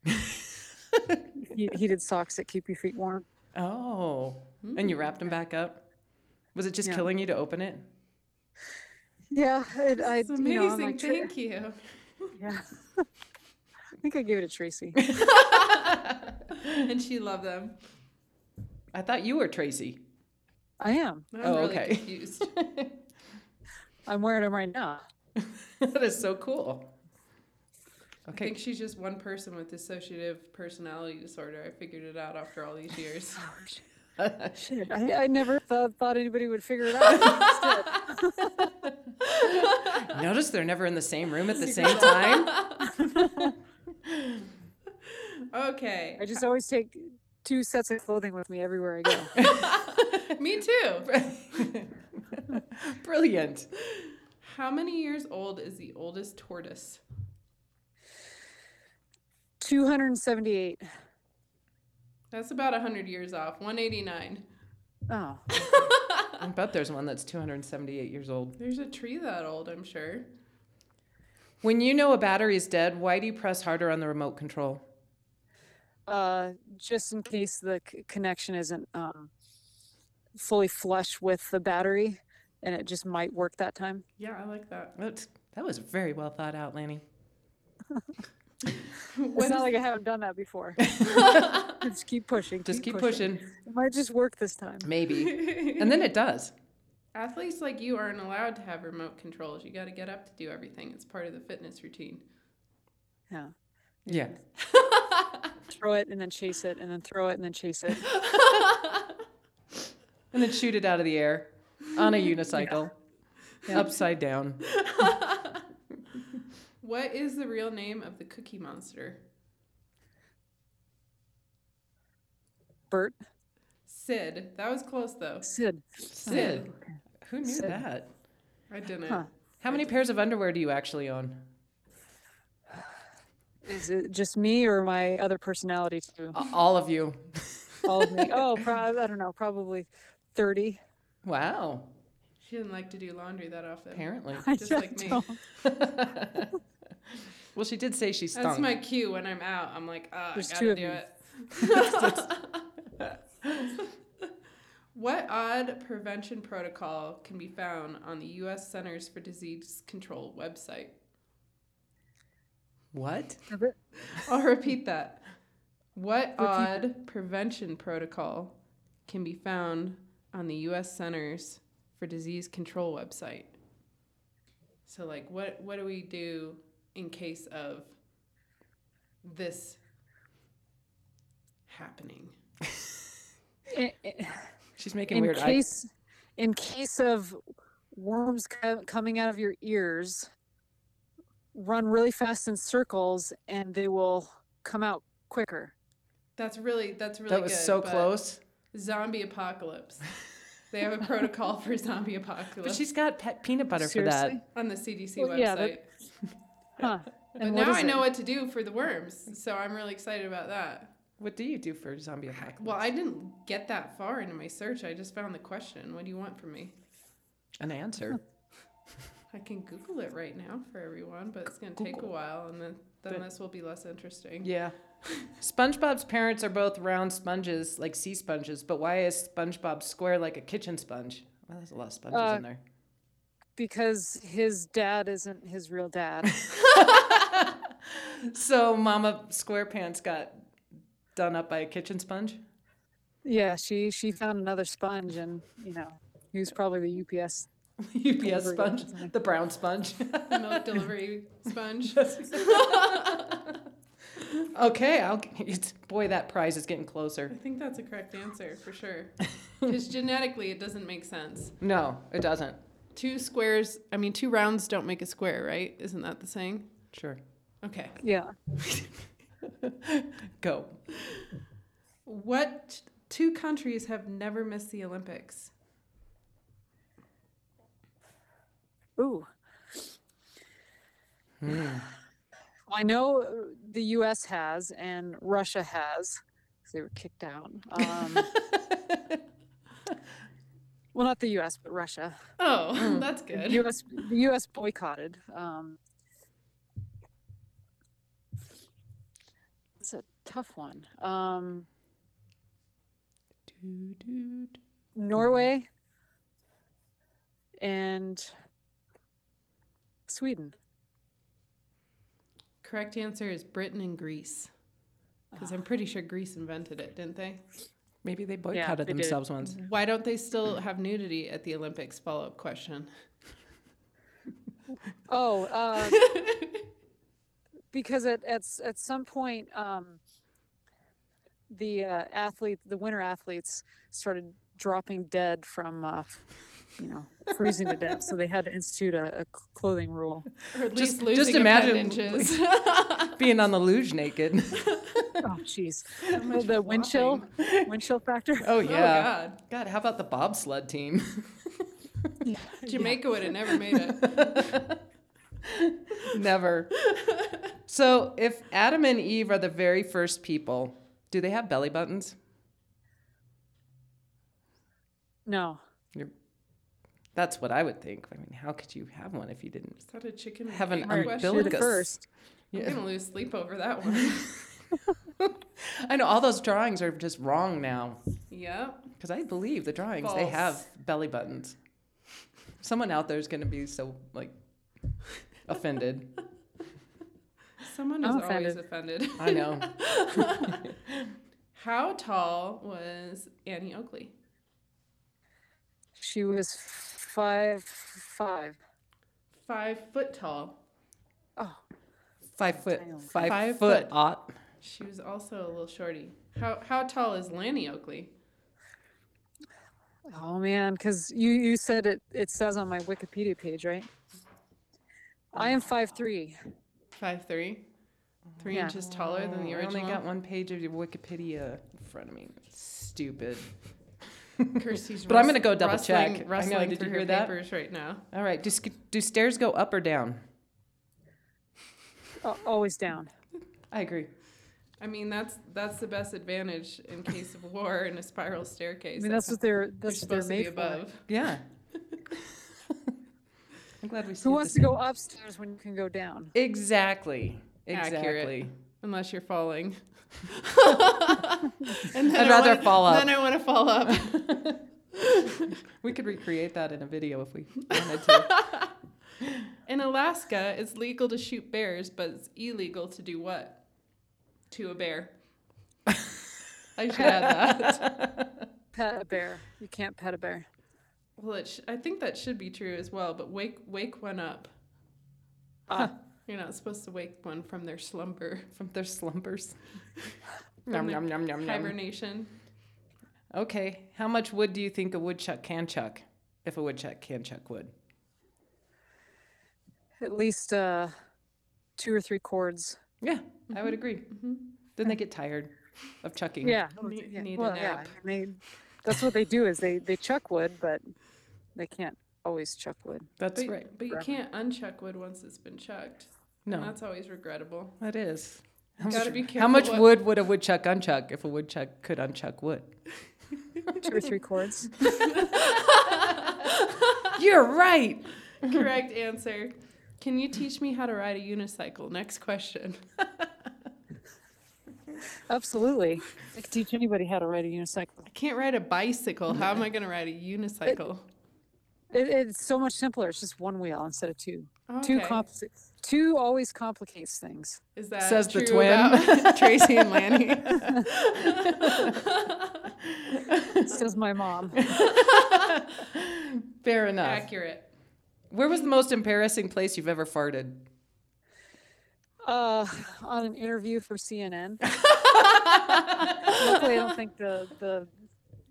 S3: he, heated socks that keep your feet warm.
S1: Oh, and you wrapped them back up. Was it just
S3: Yeah.
S1: killing you to open it?
S3: Yeah, it, I
S2: It's
S3: you know, I'm
S2: amazing.
S3: like, "Tra-
S2: Thank you.
S3: yeah. I think I gave it to Tracy.
S2: And she loved them.
S1: I thought you were Tracy.
S3: I am.
S2: I'm
S1: Oh,
S2: really
S1: okay.
S2: confused.
S3: I'm wearing them right now.
S1: that is so cool.
S2: I
S1: Okay.
S2: think she's just one person with dissociative personality disorder. I figured it out after all these years.
S3: Shit, I, I never thought, thought anybody would figure it out.
S1: Notice they're never in the same room at the same time.
S2: Okay.
S3: I just always take two sets of clothing with me everywhere I go.
S2: Me too.
S1: Brilliant.
S2: How many years old is the oldest tortoise?
S3: 278.
S2: That's about 100 years off. 189.
S3: Oh,
S1: I bet there's one that's 278 years old.
S2: There's a tree that old, I'm sure.
S1: When you know a battery is dead, why do you press harder on the remote control?
S3: uh, just in case the c- connection isn't um, fully flush with the battery and it just might work that time.
S2: Yeah, I like that.
S1: That's That was very well thought out, Lanny.
S3: It's
S2: What
S3: not
S2: is-
S3: like I haven't done that before. just keep pushing.
S1: Just keep pushing.
S3: It might just work this time.
S1: Maybe. And then it does.
S2: Athletes like you aren't allowed to have remote controls. You got to get up to do everything. It's part of the fitness routine.
S3: Yeah.
S1: Yeah.
S3: Throw it and then chase it and then throw it and then chase it.
S1: And then shoot it out of the air on a unicycle, upside down.
S2: What is the real name of the Cookie Monster?
S3: Bert,
S2: Sid. That was close though.
S3: Sid,
S1: Sid. Who knew
S3: Sid.
S1: that?
S2: I didn't.
S3: Huh.
S1: How many pairs of underwear do you actually own?
S3: is it just me or my other personality too?
S1: A- All of you.
S3: All of me. Oh, prob- I don't know, probably 30.
S1: Wow.
S2: She didn't like to do laundry that often.
S1: Apparently.
S3: I
S2: Just like me.
S3: don't-
S1: well, she did say she stunk.
S2: That's my cue when I'm out. I'm like, ah, I
S3: There's
S2: gotta
S3: two of
S2: do
S3: you.
S2: it. what odd prevention protocol can be found on the U.S. Centers for Disease Control website?
S1: What?
S2: I'll repeat that. What odd prevention protocol can be found on the U.S. Centers for Disease Control website? So, like, what what do we do in case of this happening?
S1: Eh,
S3: In- in-
S1: She's making
S3: In
S1: weird eyes.
S3: case, in case of worms co- coming out of your ears, run really fast in circles and they will come out quicker.
S2: That's really that's really
S1: That was
S2: good,
S1: so
S2: but
S1: close.
S2: Zombie apocalypse. they have a protocol for zombie
S1: But
S2: apocalypse
S1: she's got pet peanut butter for
S3: Seriously?
S1: that.
S2: on the CDC
S3: Well,
S2: website.
S3: yeah, that- Huh.
S2: but
S3: And what
S2: now
S3: is
S2: I know
S3: it?
S2: what to do for the worms, so I'm really excited about that.
S1: What do you do for zombie apocalypse?
S2: Well, I didn't get that far into my search. I just found the question. What do you want from me?
S1: An answer.
S2: I can Google it right now for everyone, but it's going to take a while, and then, then
S1: But-
S2: this will be less interesting.
S1: Yeah. SpongeBob's parents are both round sponges, like sea sponges, but why is SpongeBob square like a kitchen sponge? Well, there's a lot of sponges
S3: Uh,
S1: in there.
S3: Because his dad isn't his real dad.
S1: So Mama SquarePants got done up by a kitchen sponge.
S3: yeah, she she found another sponge and you know he was probably the UPS.
S1: UPS sponge, the brown sponge.
S2: The milk delivery sponge.
S1: okay, I'll. It's, boy, that prize is getting
S2: I
S1: closer.
S2: think that's a correct answer for sure. Because genetically, it doesn't make sense.
S1: No, it doesn't.
S2: Two squares, I mean, two rounds don't make a square, right? Isn't that the saying?
S1: Sure,
S2: Okay.
S3: Yeah,
S1: go.
S2: What two countries have never missed the Olympics?
S3: ooh. Well, I know uh, the U.S. has and Russia has. 'cause They were kicked out. Um, well, not the U.S., but Russia.
S2: Oh, that's good.
S3: The U.S. The U.S. boycotted. Um, it's a tough one. Um, Norway and Sweden.
S2: Correct answer is Britain and Greece. Because I'm pretty sure Greece invented it, didn't they?
S1: Maybe they boycotted
S3: they did.
S1: themselves once.
S2: Why don't they still have nudity at the Olympics? Follow up question.
S3: Oh, uh, because at, at s- at some point, um, the uh, athlete, the winter athletes, started dropping dead from, uh, you know, freezing to death. So they had to institute a, a c- clothing rule.
S2: Or at
S1: Just-
S2: least losing
S1: just imagine-
S2: appendages.
S1: Being on the luge naked.
S3: Oh, jeez, Well, the wind chill, wind chill factor.
S1: Oh yeah.
S2: Oh God,
S1: God. how about the bobsled team?
S2: Jamaica would have never made it.
S1: Never. so, if Adam and Eve are the very first people, do they have belly buttons?
S3: No,
S1: That's what I would think. I mean, how could you have one if you didn't?
S2: Is that a chicken? and
S1: Have an
S2: egg
S3: you're
S2: question?
S1: umbilical-
S3: the
S1: Lucas.
S3: first.
S2: I'm gonna lose sleep over that one.
S1: I know all those drawings are just wrong now
S2: yep.
S1: because I believe the drawings they have belly buttons. Someone out there is going to be so like offended.
S2: Someone is
S3: I'm
S2: always offended.
S1: I know.
S2: How tall was Annie Oakley?
S3: She was five five.
S2: Five foot tall.
S3: Oh,
S1: Five foot,
S3: Damn.
S1: five,
S2: Five
S1: foot,
S2: foot.
S1: ought.
S2: She was also a little shorty. How how tall is Lanny Oakley?
S3: oh man, because you you said it. It says on my Wikipedia page, right? I am five three.
S2: Five three. Three
S3: Yeah.
S2: inches taller than the
S1: Oh, I
S2: original.
S1: only got one page of your Wikipedia in front of me. Stupid.
S2: Kirsty's
S1: But I'm
S2: rus-
S1: gonna go double
S2: rustling-
S1: check. I know,
S2: Rustling
S1: did you
S2: through her
S1: hear that?
S2: papers right now.
S1: All right. Do, sc- do stairs go up or down?
S3: Uh, always down.
S1: I agree.
S2: I mean, that's that's the best advantage in case of war in a spiral
S3: I
S2: staircase.
S3: mean, that's what they're
S2: you're
S3: that's what they're
S2: supposed to be
S3: made for.
S2: above.
S1: Yeah. I'm glad we see.
S3: Who wants to go upstairs when you can go down?
S1: Exactly.
S2: Accurate.
S1: Exactly.
S2: Unless you're falling.
S1: I'd rather
S2: wanna,
S1: fall up.
S2: Then I want to fall up.
S1: We could recreate that in a video if we wanted to.
S2: In Alaska, it's legal to shoot bears, but it's illegal to do what? To a bear. I should add that.
S3: Pet a bear. You can't pet a bear.
S2: Well, it sh- I think that should be true as well, but wake wake one up.
S3: Ah.
S2: You're not supposed to wake one from their slumber,
S1: From their slumbers.
S2: From
S1: Yum,
S2: the
S1: yum, yum, yum, yum.
S2: hibernation.
S1: Okay. How much wood do you think a woodchuck can chuck? If a woodchuck can chuck wood.
S3: At least uh, two or three cords.
S1: Yeah, I
S2: Mm-hmm.
S1: would agree. Then they get tired of chucking.
S3: Yeah.
S2: Ne- need a
S3: well,
S2: nap.
S3: yeah. and they- that's what they do is they they chuck wood, but they can't always chuck wood.
S1: That's
S2: But,
S1: right.
S2: but you
S3: Forever.
S2: can't unchuck wood once it's been chucked.
S1: No,
S2: And that's always regrettable.
S1: that is.
S2: You gotta be careful.
S1: How much
S2: what-
S1: wood would a woodchuck unchuck if a woodchuck could unchuck wood?
S3: Two or three cords.
S1: You're right.
S2: Correct answer. Can you teach me how to ride a unicycle? Next question.
S3: Absolutely. I could teach anybody how to ride a unicycle.
S2: I can't ride a bicycle. How am I going to ride a unicycle?
S3: It, it's so much simpler. It's just one wheel instead of two. Two
S2: Okay.
S3: compli- Two always complicates things.
S2: Is that
S1: Says the
S2: true
S1: twin.
S2: about Tracy and Lanny?
S3: Says my mom.
S1: Fair enough.
S2: Accurate.
S1: Where was the most embarrassing place you've ever farted?
S3: Uh, on an interview for CNN. Luckily, I don't think the the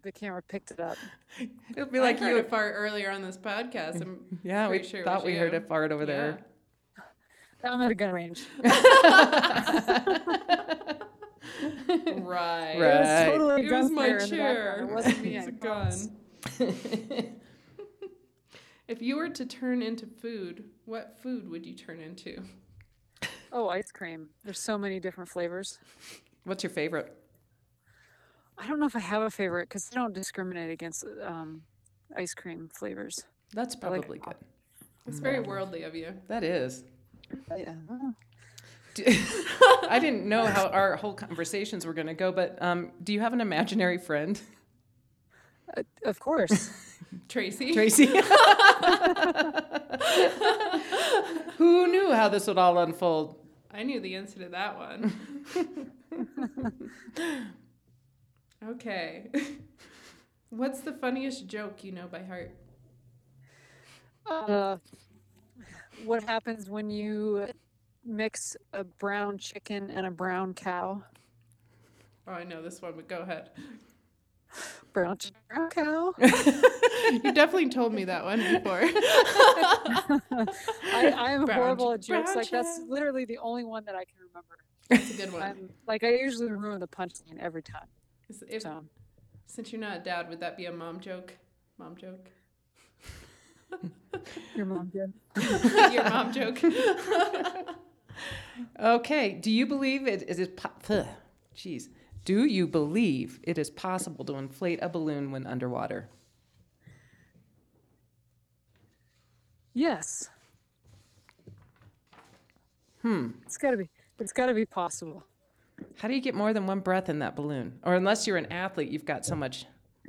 S3: the camera picked it up.
S1: It'd be
S2: Be
S1: like you.
S2: a fart earlier on this podcast. I'm
S1: yeah, we
S2: pretty sure it
S1: thought
S2: was
S1: we heard
S2: you.
S1: a fart over
S2: Yeah.
S1: there.
S3: I'm at a gun range.
S2: Right.
S1: Right.
S3: It was totally a
S2: It was my
S3: gunfire in the
S2: chair.
S3: background. It wasn't me.
S2: It's
S3: I
S2: a
S3: promise.
S2: gun. If you were to turn into food, what food would you turn into?
S3: Oh, ice cream. There's so many different flavors.
S1: What's your favorite?
S3: I don't know if I have a favorite because they don't discriminate against um, ice cream flavors.
S1: That's
S3: I like-
S1: probably good.
S2: It's very worldly of you.
S1: That is.
S3: Yeah.
S1: Do- I didn't know how our whole conversations were going to go, but um, do you have an imaginary friend,
S3: Of course.
S2: Tracy.
S1: Tracy? Who knew how this would all unfold?
S2: I knew the answer to that one. okay. What's the funniest joke you know by heart?
S3: uh, what happens when you mix a brown chicken and a brown cow?
S2: Oh, I know this one, but go ahead.
S3: Brown chicken, brown cow.
S2: You definitely told me that one before.
S3: I, I am
S2: Brown
S3: horrible
S2: chi-
S3: at jokes.
S2: brown
S3: Like that's
S2: chick.
S3: literally the only one that I can remember.
S2: That's a good one.
S3: I'm, like I usually ruin the punchline every time.
S2: Is- if-
S3: So
S2: since you're not a dad, would that be a mom joke? Mom joke?
S3: your mom did.
S2: Your mom joke?
S1: Okay. Do you believe it is it? po- Ugh, Jeez. Do you believe it is possible to inflate a balloon when underwater?
S3: Yes. Hmm. It's gotta be. It's gotta be possible.
S1: How do you get more than one breath in that balloon? Or unless you're an athlete, you've got so much,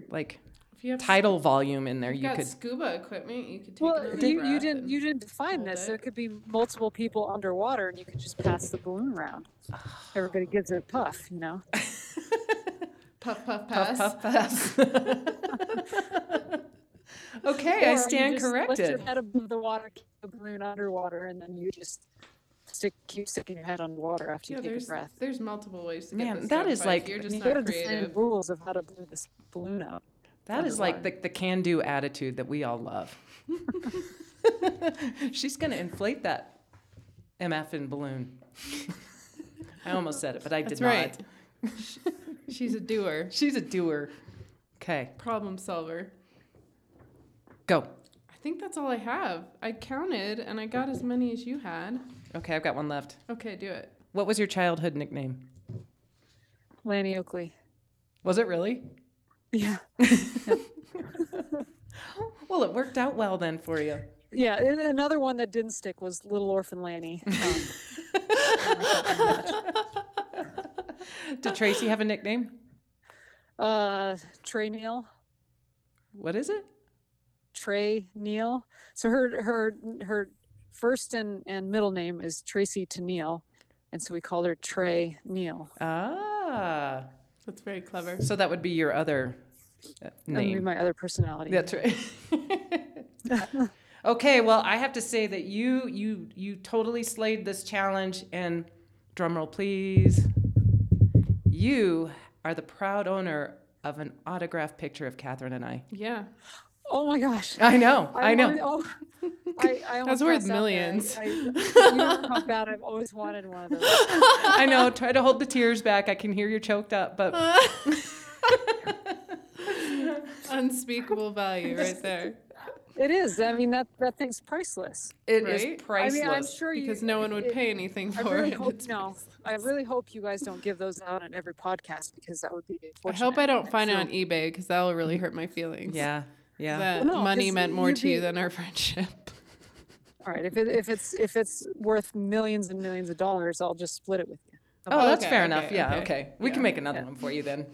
S1: like
S2: If If you have
S1: tidal volume in there,
S2: you
S1: you
S2: got
S1: could.
S2: scuba equipment, you could take
S3: Well,
S2: another
S3: you, you
S2: breath
S3: didn't
S2: and-
S3: you didn't define
S2: hold
S3: this.
S2: it.
S3: There could be multiple people underwater, and you could just pass the balloon around. Everybody gives it a puff, you know.
S2: puff puff
S1: Puff,
S2: pass.
S1: puff, pass. okay,
S3: Or
S1: I
S3: you
S1: stand
S3: just lift your
S1: corrected.
S3: head above the water, keep the balloon underwater, and then you just stick keep sticking your head underwater after
S2: Yeah,
S3: you take
S2: there's
S3: a breath.
S2: there's multiple ways to
S1: Man,
S2: get this
S1: that
S2: done,
S1: is
S2: Mike.
S1: like-
S2: you're just
S3: You gotta
S2: not
S3: define
S2: creative.
S3: rules of how to blow this balloon out.
S1: That is like the, the can do attitude that we all love. She's going to inflate that MF and balloon. I almost said it, but I did
S2: That's
S1: not.
S2: right. She's a doer,
S1: She's a doer. Okay,
S2: problem solver.
S1: go.
S2: I think that's all I have. I counted and I got as many as you had.
S1: Okay, I've got one left.
S2: Okay, do it.
S1: What was your childhood nickname?
S3: Lanny Oakley.
S1: Was it really?
S3: Yeah.
S1: Well, it worked out well then for you.
S3: Yeah, and another one that didn't stick was Little Orphan Lanny. Um,
S1: Did Tracy have a nickname?
S3: uh, Trey Neal,
S1: What is it?
S3: Trey Neal. So her her her first and, and middle name is Tracy to Neal, and so we called her Trey Neal.
S1: Ah,
S2: That's very clever.
S1: so that would be your other uh,
S3: That would be
S1: name.
S3: my other personality.
S1: That's right. okay, well, I have to say that you you you totally slayed this challenge and drumroll please. You are the proud owner of an autographed picture of Catherine and I.
S2: Yeah.
S3: Oh my gosh.
S1: I know, I know.
S3: wanted- oh, I, I almost
S2: worth
S3: passed out there.
S2: millions.
S3: I, I, you know how bad I've always wanted one of those.
S1: I know. Try to hold the tears back. I can hear you're choked up, but
S2: Unspeakable value right there.
S3: It is. I mean that that thing's priceless.
S1: it is
S2: Right?
S1: priceless.
S3: I mean, I'm sure you
S2: Because no one would
S3: it-
S2: pay anything
S3: I
S2: for
S3: really
S2: it.
S3: hope
S2: It's-
S3: no. I really hope you guys don't give those out on every podcast because that would be.
S2: I hope I
S3: unfortunate.
S2: don't find it on eBay because that will really hurt my feelings.
S1: Yeah, yeah.
S2: That
S3: Well, no,
S2: money
S3: 'cause
S2: meant more
S3: you'd
S2: to you
S3: be-
S2: than our friendship.
S3: All right. If it if it's if it's worth millions and millions of dollars, I'll just split it with you.
S1: oh, that's
S2: okay,
S1: fair enough.
S2: okay,
S1: yeah, okay.
S2: okay.
S1: We
S2: Yeah.
S1: can make another one for you then.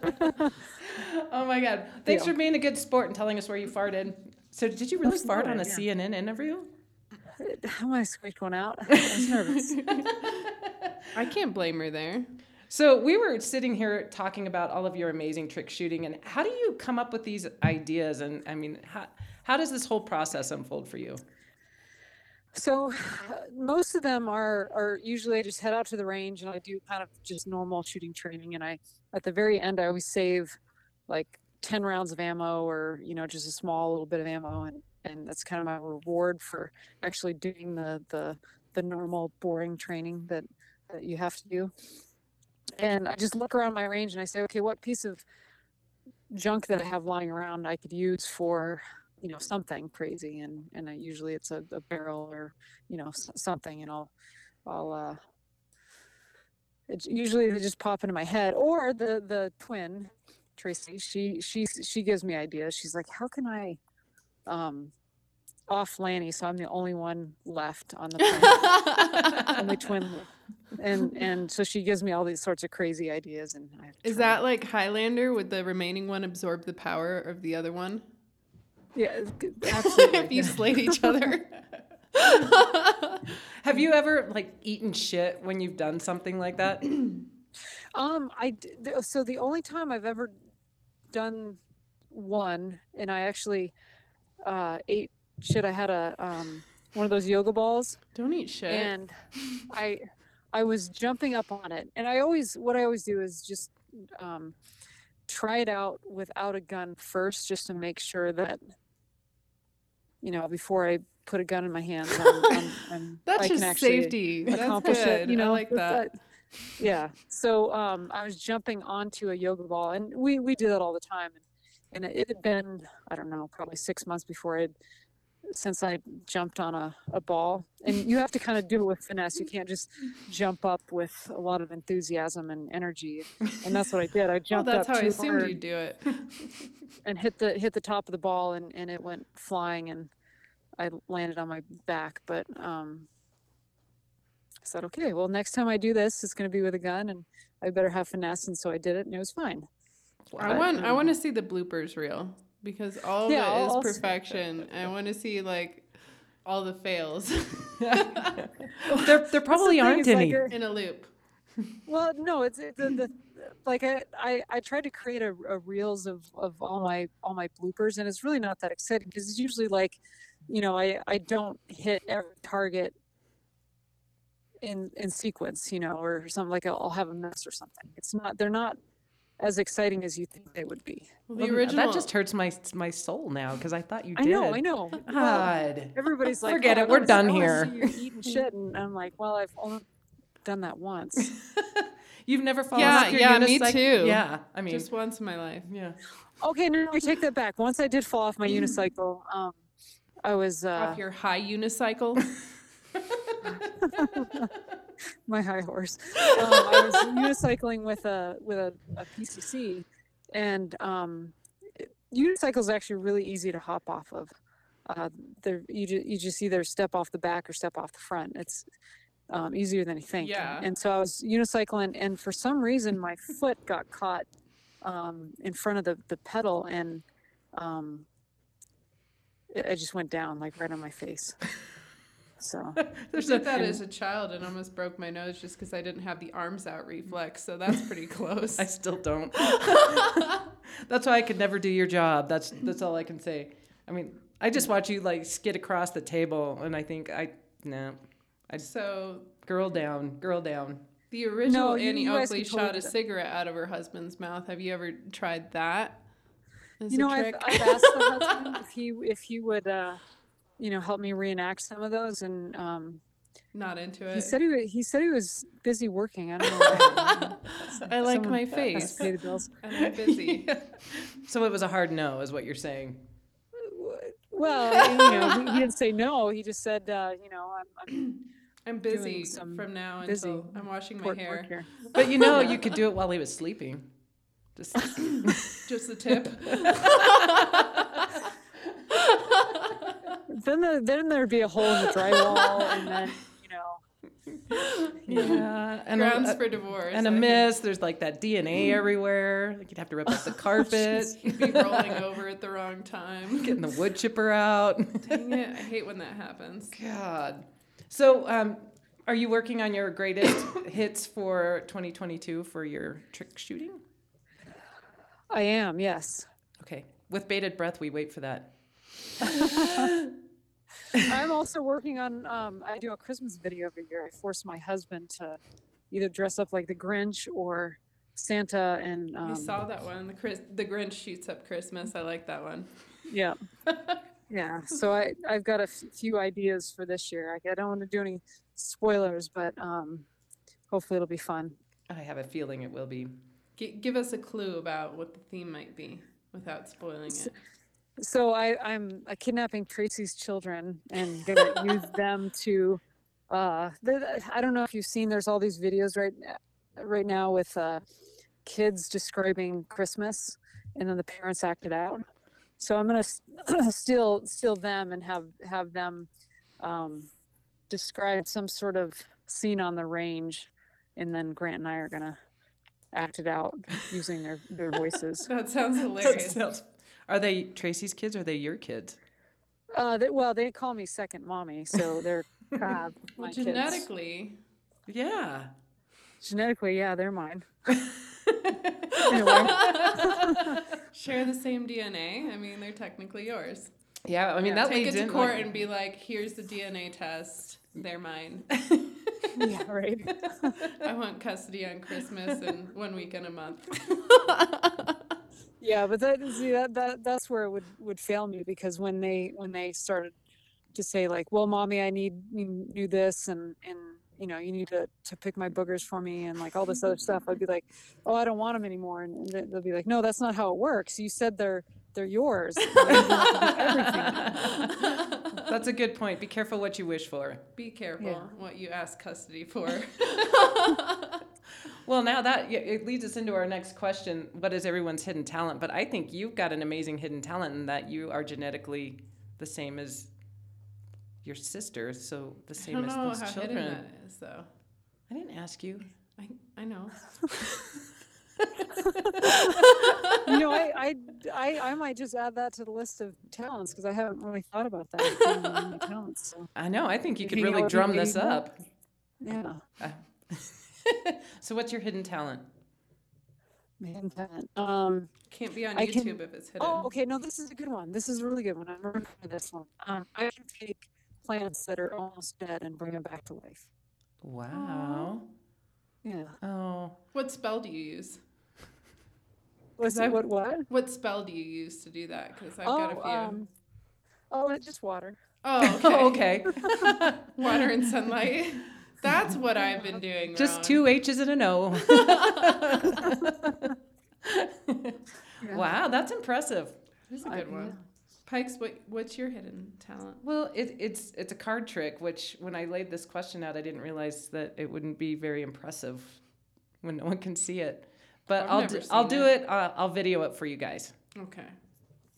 S1: oh my God. Thanks
S3: Deal.
S1: for being a good sport and telling us where you farted. So, did you really fart on a
S3: Absolutely,
S1: CNN interview?
S3: How am I squeaked one out? I was nervous.
S2: I can't blame her there.
S1: So, we were sitting here talking about all of your amazing trick shooting and how do you come up with these ideas? And I mean, how, how does this whole process unfold for you?
S3: So uh, most of them are are usually I just head out to the range and I do kind of just normal shooting training and I at the very end I always save like 10 rounds of ammo or you know just a small little bit of ammo and and that's kind of my reward for actually doing the the the normal boring training that that you have to do. And I just look around my range and I say okay what piece of junk that I have lying around I could use for you know something crazy and and I, usually it's a, a barrel or you know s- something and i'll i'll uh it's usually they just pop into my head or the the twin tracy she she she gives me ideas she's like how can i um off lanny so i'm the only one left on the planet only twin left. and and so she gives me all these sorts of crazy ideas and I have to
S2: Is
S3: try
S2: that like Highlander? Would the remaining one absorb the power of the other one?
S3: and- yeah it's good-
S2: if
S3: absolutely
S2: you slayed each other?
S1: Have you ever like eaten shit when you've done something like that?
S3: Um, I d- th- so the only time I've ever done one, and I actually uh, ate shit. I had a um, one of those yoga balls,
S2: Don't eat shit.
S3: and I I was jumping up on it, and I always what I always do is just um, try it out without a gun first, just to make sure that you know before I put a gun in my hands, I'm, I'm, I'm,
S2: That's
S3: I can
S2: just
S3: actually-
S2: safety. That's
S3: accomplish
S2: good.
S3: it. You know,
S2: I like
S3: with
S2: that.
S3: Yeah. So um, I was jumping onto a yoga ball, and we we do that all the time. And, and it had been I don't know probably six months before it since I jumped on a, a ball. And you have to kind of do it with finesse. You can't just jump up with a lot of enthusiasm and energy. And that's what I did. I
S2: Well,
S3: jumped
S2: that's how
S3: up
S2: I
S3: too
S2: assumed
S3: hard
S2: you'd do it.
S3: and hit the hit the top of the ball and and it went flying and I landed on my back but um I said okay well next time I do this it's going to be with a gun and I better have finesse and so I did it and it was fine
S2: I
S1: But,
S2: want I
S1: um,
S2: want to see the bloopers reel because all of
S3: Yeah,
S2: it
S3: I'll-
S2: is
S3: I'll s-
S2: perfection. I want to see like all the fails
S1: There, there probably
S3: thing,
S1: aren't
S3: it's like
S1: any.
S3: a-
S2: in a loop.
S3: Well, no, it's it, the, the like I, I I tried to create a, a reels of of all my all my bloopers, and it's really not that exciting because it's usually like, you know, I I don't hit every target in in sequence, you know, or something like I'll, I'll have a mess or something. It's not they're not as exciting as you think they would be.
S2: Well,
S1: Well,
S2: the original
S1: That just hurts my my soul now because I thought you
S3: I
S1: did.
S3: know, I know. Well,
S1: God.
S3: everybody's like,
S1: Forget
S3: "Oh,
S1: it,
S3: I
S1: we're
S3: wanna see-
S1: done
S3: I wanna
S1: here."
S3: see you eating shit, and I'm like, well, I've only done that once.
S1: You've never fallen
S2: Yeah,
S1: off your
S2: yeah, me
S1: unicycle.
S2: too.
S1: Yeah, I mean,
S2: just once in my life.
S1: yeah.
S3: Okay, no, no, I take that back. Once I did fall off my unicycle, um, I was uh,
S2: Off your high unicycle.
S3: my high horse. Um, I was unicycling with a with a, a PCC, and um, it- unicycles are actually really easy to hop off of. Uh, they're, you ju- you just either step off the back or step off the front. It's um, easier than you think. and-
S2: Yeah.
S3: And so I was unicycling, and for some reason my foot got caught um, in front of the the pedal, and um, it, it just went down like right on my face. So.
S2: I did that as a child and almost broke my nose just because I didn't have the arms out reflex. So that's pretty close.
S1: I still don't. that's why I could never do your job. That's that's all I can say. I mean, I just watch you like skid across the table, and I think I no,
S2: so
S1: girl down, girl down.
S2: the original
S3: you-
S2: Annie
S3: you guys
S2: Oakley
S3: can totally
S2: shot a
S3: do that.
S2: cigarette out of her husband's mouth. Have you ever tried that? as
S3: you
S2: a
S3: know, I've,
S2: trick?
S3: I've asked the husband if he if he would, uh, you know, help me reenact some of those, and um,
S2: not into it.
S3: he said he wa- he said he was busy working. I don't know. Why.
S2: I like
S3: Someone
S2: my
S3: that has
S2: face.
S3: to pay the bills.
S2: and I'm busy.
S1: So it was a hard no, is what you're saying.
S3: Well, you know, he, he didn't say no. He just said, uh, you know, I'm, I'm
S2: I'm busy
S3: some
S2: from now
S3: busy
S2: until I'm washing my
S3: work, work
S2: hair.
S3: here.
S1: But you know, you could do it while he was sleeping. Just
S2: Just the tip.
S3: Then the, then there'd be a hole in the drywall, and then you know,
S1: yeah, and
S2: Grounds
S3: uh,
S1: a,
S2: for Mm. divorce.
S1: and a
S2: I think
S1: mist. There's like that DNA everywhere. Like you'd have to rip
S2: Oh,
S1: up the carpet,
S2: you'd Be rolling over at the wrong time.
S1: getting the wood chipper out.
S2: Dang it! I hate when that happens.
S1: God. So, um, are you working on your greatest hits for 2022 for your trick shooting?
S3: I am yes.
S1: Okay. With bated breath, we wait for that.
S3: I'm also working on. Um, I do a Christmas video every year. I force my husband to either dress up like the Grinch or Santa, and
S2: I
S3: um,
S2: saw that one. The Chris, the Grinch shoots up Christmas. I like that one.
S3: yeah, yeah. So I I've got a f- few ideas for this year. Like, I don't want to do any spoilers, but um, hopefully it'll be fun.
S1: I have a feeling it will be.
S2: G- give us a clue about what the theme might be without spoiling it.
S3: So I I'm uh, kidnapping Tracy's children and gonna use them to. Uh, th- th- I don't know if you've seen. There's all these videos right n- right now with uh, kids describing Christmas, and then the parents act it out. So I'm gonna s- steal steal them and have have them um, describe some sort of scene on the range, and then Grant and I are gonna act it out using their their voices.
S2: That sounds
S1: That
S2: hilarious.
S1: sounds- Are they Tracy's kids? Or are they your kids?
S3: Uh, they, well, they call me second mommy, so they're uh, my
S2: Well,
S3: kids.
S2: genetically,
S1: Yeah.
S3: Genetically, yeah, they're mine. anyway,
S2: share the same DNA. I mean, they're technically yours.
S1: Yeah. I mean, that
S2: Take it
S1: leads
S2: to
S1: in,
S2: court
S1: like-
S2: and be like, "Here's the DNA test. They're mine.
S3: yeah, right.
S2: I want custody on Christmas and one weekend a month."
S3: Yeah, but that see that, that that's where it would would fail me because when they when they started to say like, well, mommy, I need you do this and and you know you need to to pick my boogers for me and like all this other stuff, I'd be like, oh, I don't want them anymore, and they- they'll be like, no, that's not how it works. You said they're they're yours. and you have to do everything.
S1: That's a good point. Be careful what you wish for.
S2: Be careful
S3: Yeah.
S2: what you ask custody for.
S1: Well, now that y- it leads us into our next question: What is everyone's hidden talent? But I think you've got an amazing hidden talent in that you are genetically the same as your sister, so the
S2: I
S1: same
S2: don't
S1: as
S2: know
S1: those
S2: how hidden
S1: children.
S2: that is, though.
S1: I didn't ask you.
S2: I, I know.
S3: You know, I, I, I, I might just add that to the list of talents because I haven't really thought about that. being one of my talents, so,
S1: I know. I think you could
S3: Hang out
S1: really
S3: with
S1: drum
S3: me,
S1: this
S3: you know?
S1: up.
S3: yeah,
S1: Uh, so, what's your hidden talent?
S3: man, talent. Um,
S2: Can't be on
S3: I
S2: YouTube
S3: can-
S2: if it's hidden.
S3: Oh, okay. No, this is a good one. This is a really good one. I remember this one. Um, I can take plants that are almost dead and bring them back to life.
S1: Wow.
S3: Yeah.
S1: Oh.
S2: What spell do you use?
S3: Was
S2: I-
S3: that what? What?
S2: What spell do you use to do that? Because I've got a few.
S3: um, oh, it's just water.
S2: oh,
S1: Oh,
S2: okay.
S1: okay.
S2: Water and sunlight. That's what I've been doing. wrong.
S1: Just two H's and an O.
S3: Yeah.
S1: wow, that's impressive.
S2: That's a
S3: I-
S2: good one. Pikes, what what's your hidden talent?
S1: Well, it, it's it's a card trick, which when I laid this question out, I didn't realize that it wouldn't be very impressive when no one can see it. But
S2: I've
S1: I'll
S2: never
S1: do, I'll
S2: seen
S1: do
S2: it.
S1: it. Uh, I'll video it for you guys.
S2: Okay.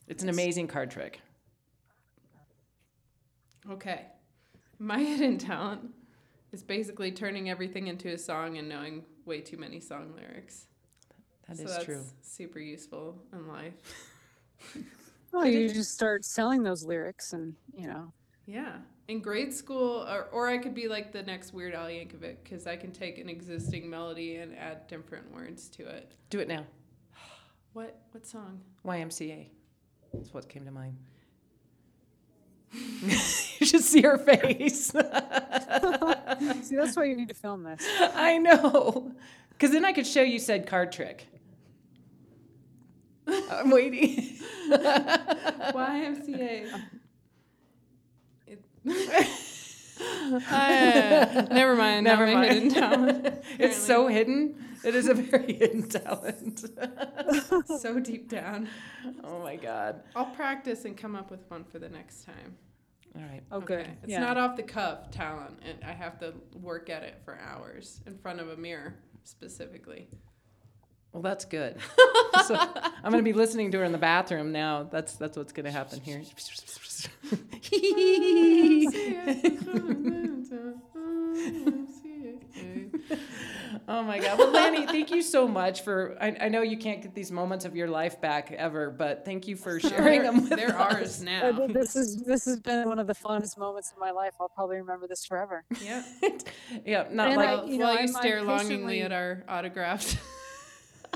S1: It's an amazing card trick.
S2: Okay. My hidden talent is basically turning everything into a song and knowing way too many song lyrics.
S1: That is
S2: so that's
S1: true.
S2: super useful in life.
S3: Well, Oh, you just start selling those lyrics, and you know.
S2: Yeah. In grade school, or, or I could be like the next Weird Al Yankovic because I can take an existing melody and add different words to it.
S1: Do it now.
S2: What what song?
S1: YMCA. That's what came to mind. you should see her face.
S3: See, that's why you need to film this.
S1: I know. Because then I could show you said card trick. I'm waiting.
S2: YMCA. It- Ah, never mind.
S1: Never
S2: not my
S1: mind.
S2: hidden talent.
S1: it's so hidden. It is a very hidden talent.
S2: so deep down.
S1: oh my God.
S2: I'll practice and come up with one for the next time.
S1: All right.
S3: Oh, good.
S2: Okay. It's
S3: yeah.
S2: not off the cuff talent, and I have to work at it for hours in front of a mirror specifically.
S1: Well, that's good. so I'm going to be listening to her in the bathroom now. That's that's what's going to happen here. oh my God. Well, Lanny, thank you so much for. I, I know you can't get these moments of your life back ever, but thank you for sharing
S2: They're-
S1: them with
S2: They're
S1: us.
S2: ours
S3: Uh,
S2: now.
S3: th- this is this has been one of the funnest moments of my life. I'll probably remember this forever.
S2: Yeah.
S1: yeah, not
S3: And
S1: like.
S3: I-
S2: While
S3: you
S2: you,
S3: know, I'm- I'm
S2: stare longingly
S3: patiently-
S2: at our autographs.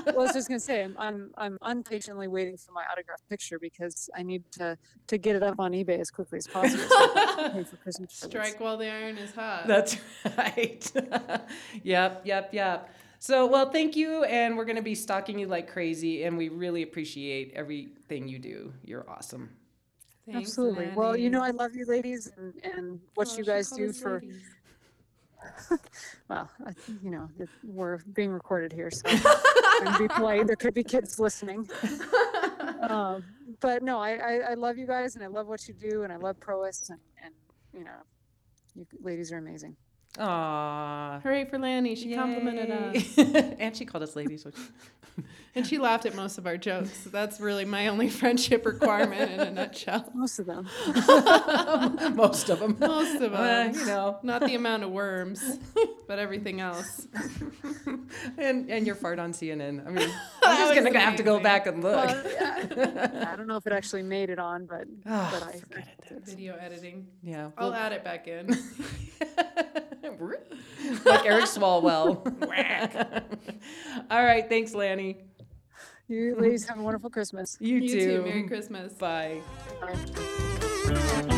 S3: well, I was just gonna say I'm I'm I'm impatiently waiting for my autograph picture because I need to to get it up on eBay as quickly as possible. So I can pay for Christmas presents.
S2: Strike while the iron is hot.
S1: That's right. yep, yep, yep. So, well, thank you. And we're going to be stalking you like crazy. And we really appreciate everything you do. You're awesome.
S2: Thanks,
S3: Absolutely. Well, you know
S2: Lanny.
S3: I love you, ladies, and and what
S2: Oh,
S3: you
S2: she
S3: guys
S2: called
S3: do
S2: us
S3: for
S2: ladies.
S3: well, I, you know it- we're being recorded here, so I'm gonna be polite. There could be kids listening. um, but no, I, I I love you guys, and I love what you do, and I love Proest, and, and you know, you ladies are amazing.
S1: Aww.
S2: Hooray for Lanny. She complimented us.
S1: and she called us ladies, which
S2: And she laughed at most of our jokes. So that's really my only friendship requirement in a nutshell.
S3: Most of them.
S1: most of them.
S2: Most of them.
S1: you know.
S2: Uh, Not the amount of worms, but everything else.
S1: And and your fart on CNN. I mean,
S2: That
S1: I'm just
S2: was
S1: gonna have to go
S2: amazing.
S1: back and look.
S3: Well, I don't know if it actually made it on, but
S1: Ah,
S3: but I
S1: forget it. then.
S2: Video editing.
S1: Yeah.
S2: I'll
S1: well-
S2: add it back in.
S1: like Eric Swalwell. All right. Thanks, Lanny.
S3: you ladies have a wonderful Christmas.
S1: You,
S2: You
S1: too.
S2: too. Merry Christmas.
S1: Bye.
S3: Bye.
S4: Thank